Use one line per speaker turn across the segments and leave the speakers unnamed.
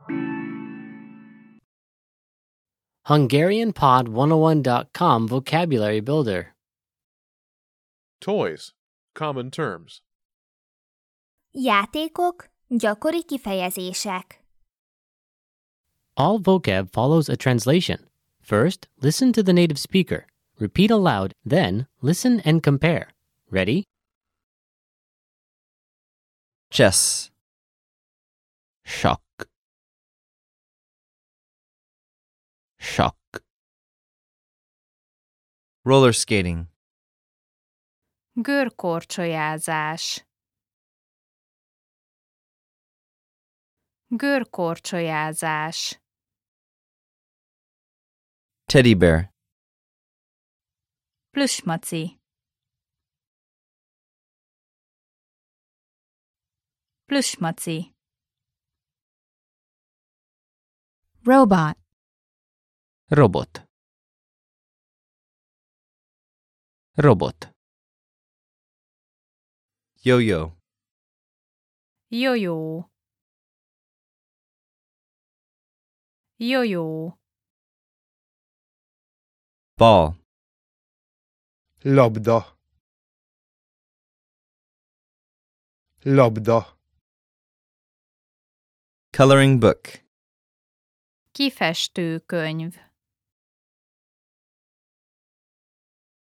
oh HungarianPod101.com Vocabulary Builder.
Toys. Common terms.
Játékok, gyakori kifejezések.
All vocab follows a translation. First, listen to the native speaker. Repeat aloud, then, listen and compare. Ready?
chess, shock, shock, roller skating,
Görkorcsolyázás. Görkorcsolyázás.
teddy bear,
Plüsmaci. Plüsmaci. Robot.
robot, robot, yo-yo,
Jojo. Jojo.
ball,
Labda. Labda.
coloring book,
Kifestőkönyv.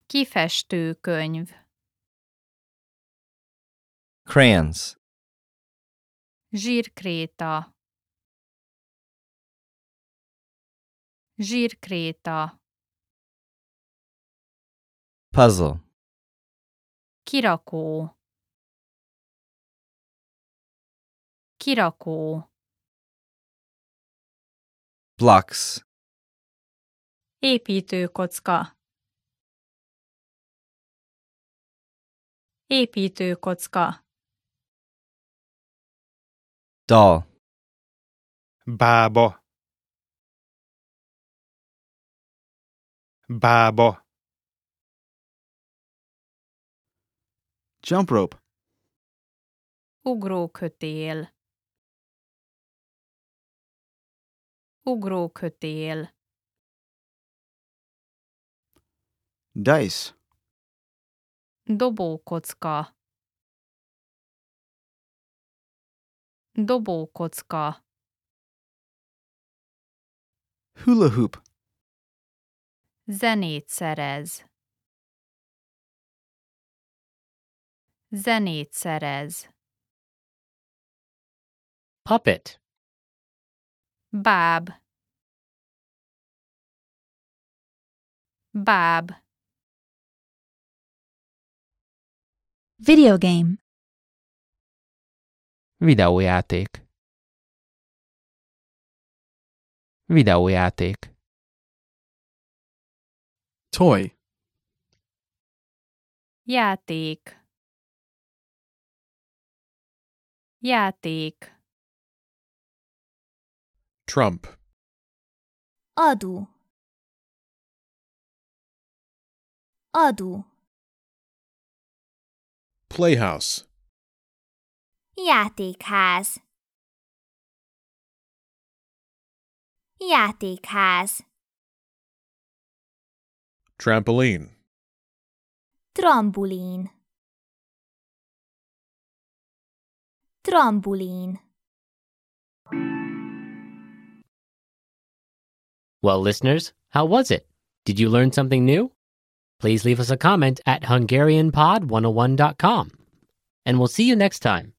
Kifestőkönyv.
crayons,
Zsírkréta. Zsírkréta.
puzzle,
Kirakó. Kirakó.
blocks,
Építőkocka. Építőkocka.
doll,
Bába. Bába.
jump rope,
Ugrókötél. Ugrókötél.
dice,
Dobókocka. Dobókocka.
hula hoop,
Zenét szerez. Zenét szerez.
Puppet.
Báb. Báb.
Video game.
Videójáték. Videójáték.
toy,
Játék. Játék.
Trump.
Adó. Adó.
Playhouse.
Játékház. Játékház.
Trampoline.
Trambulin. Trambulin.
Well, listeners, how was it? Did you learn something new? oh Please leave us a comment at HungarianPod101.com. And we'll see you next time.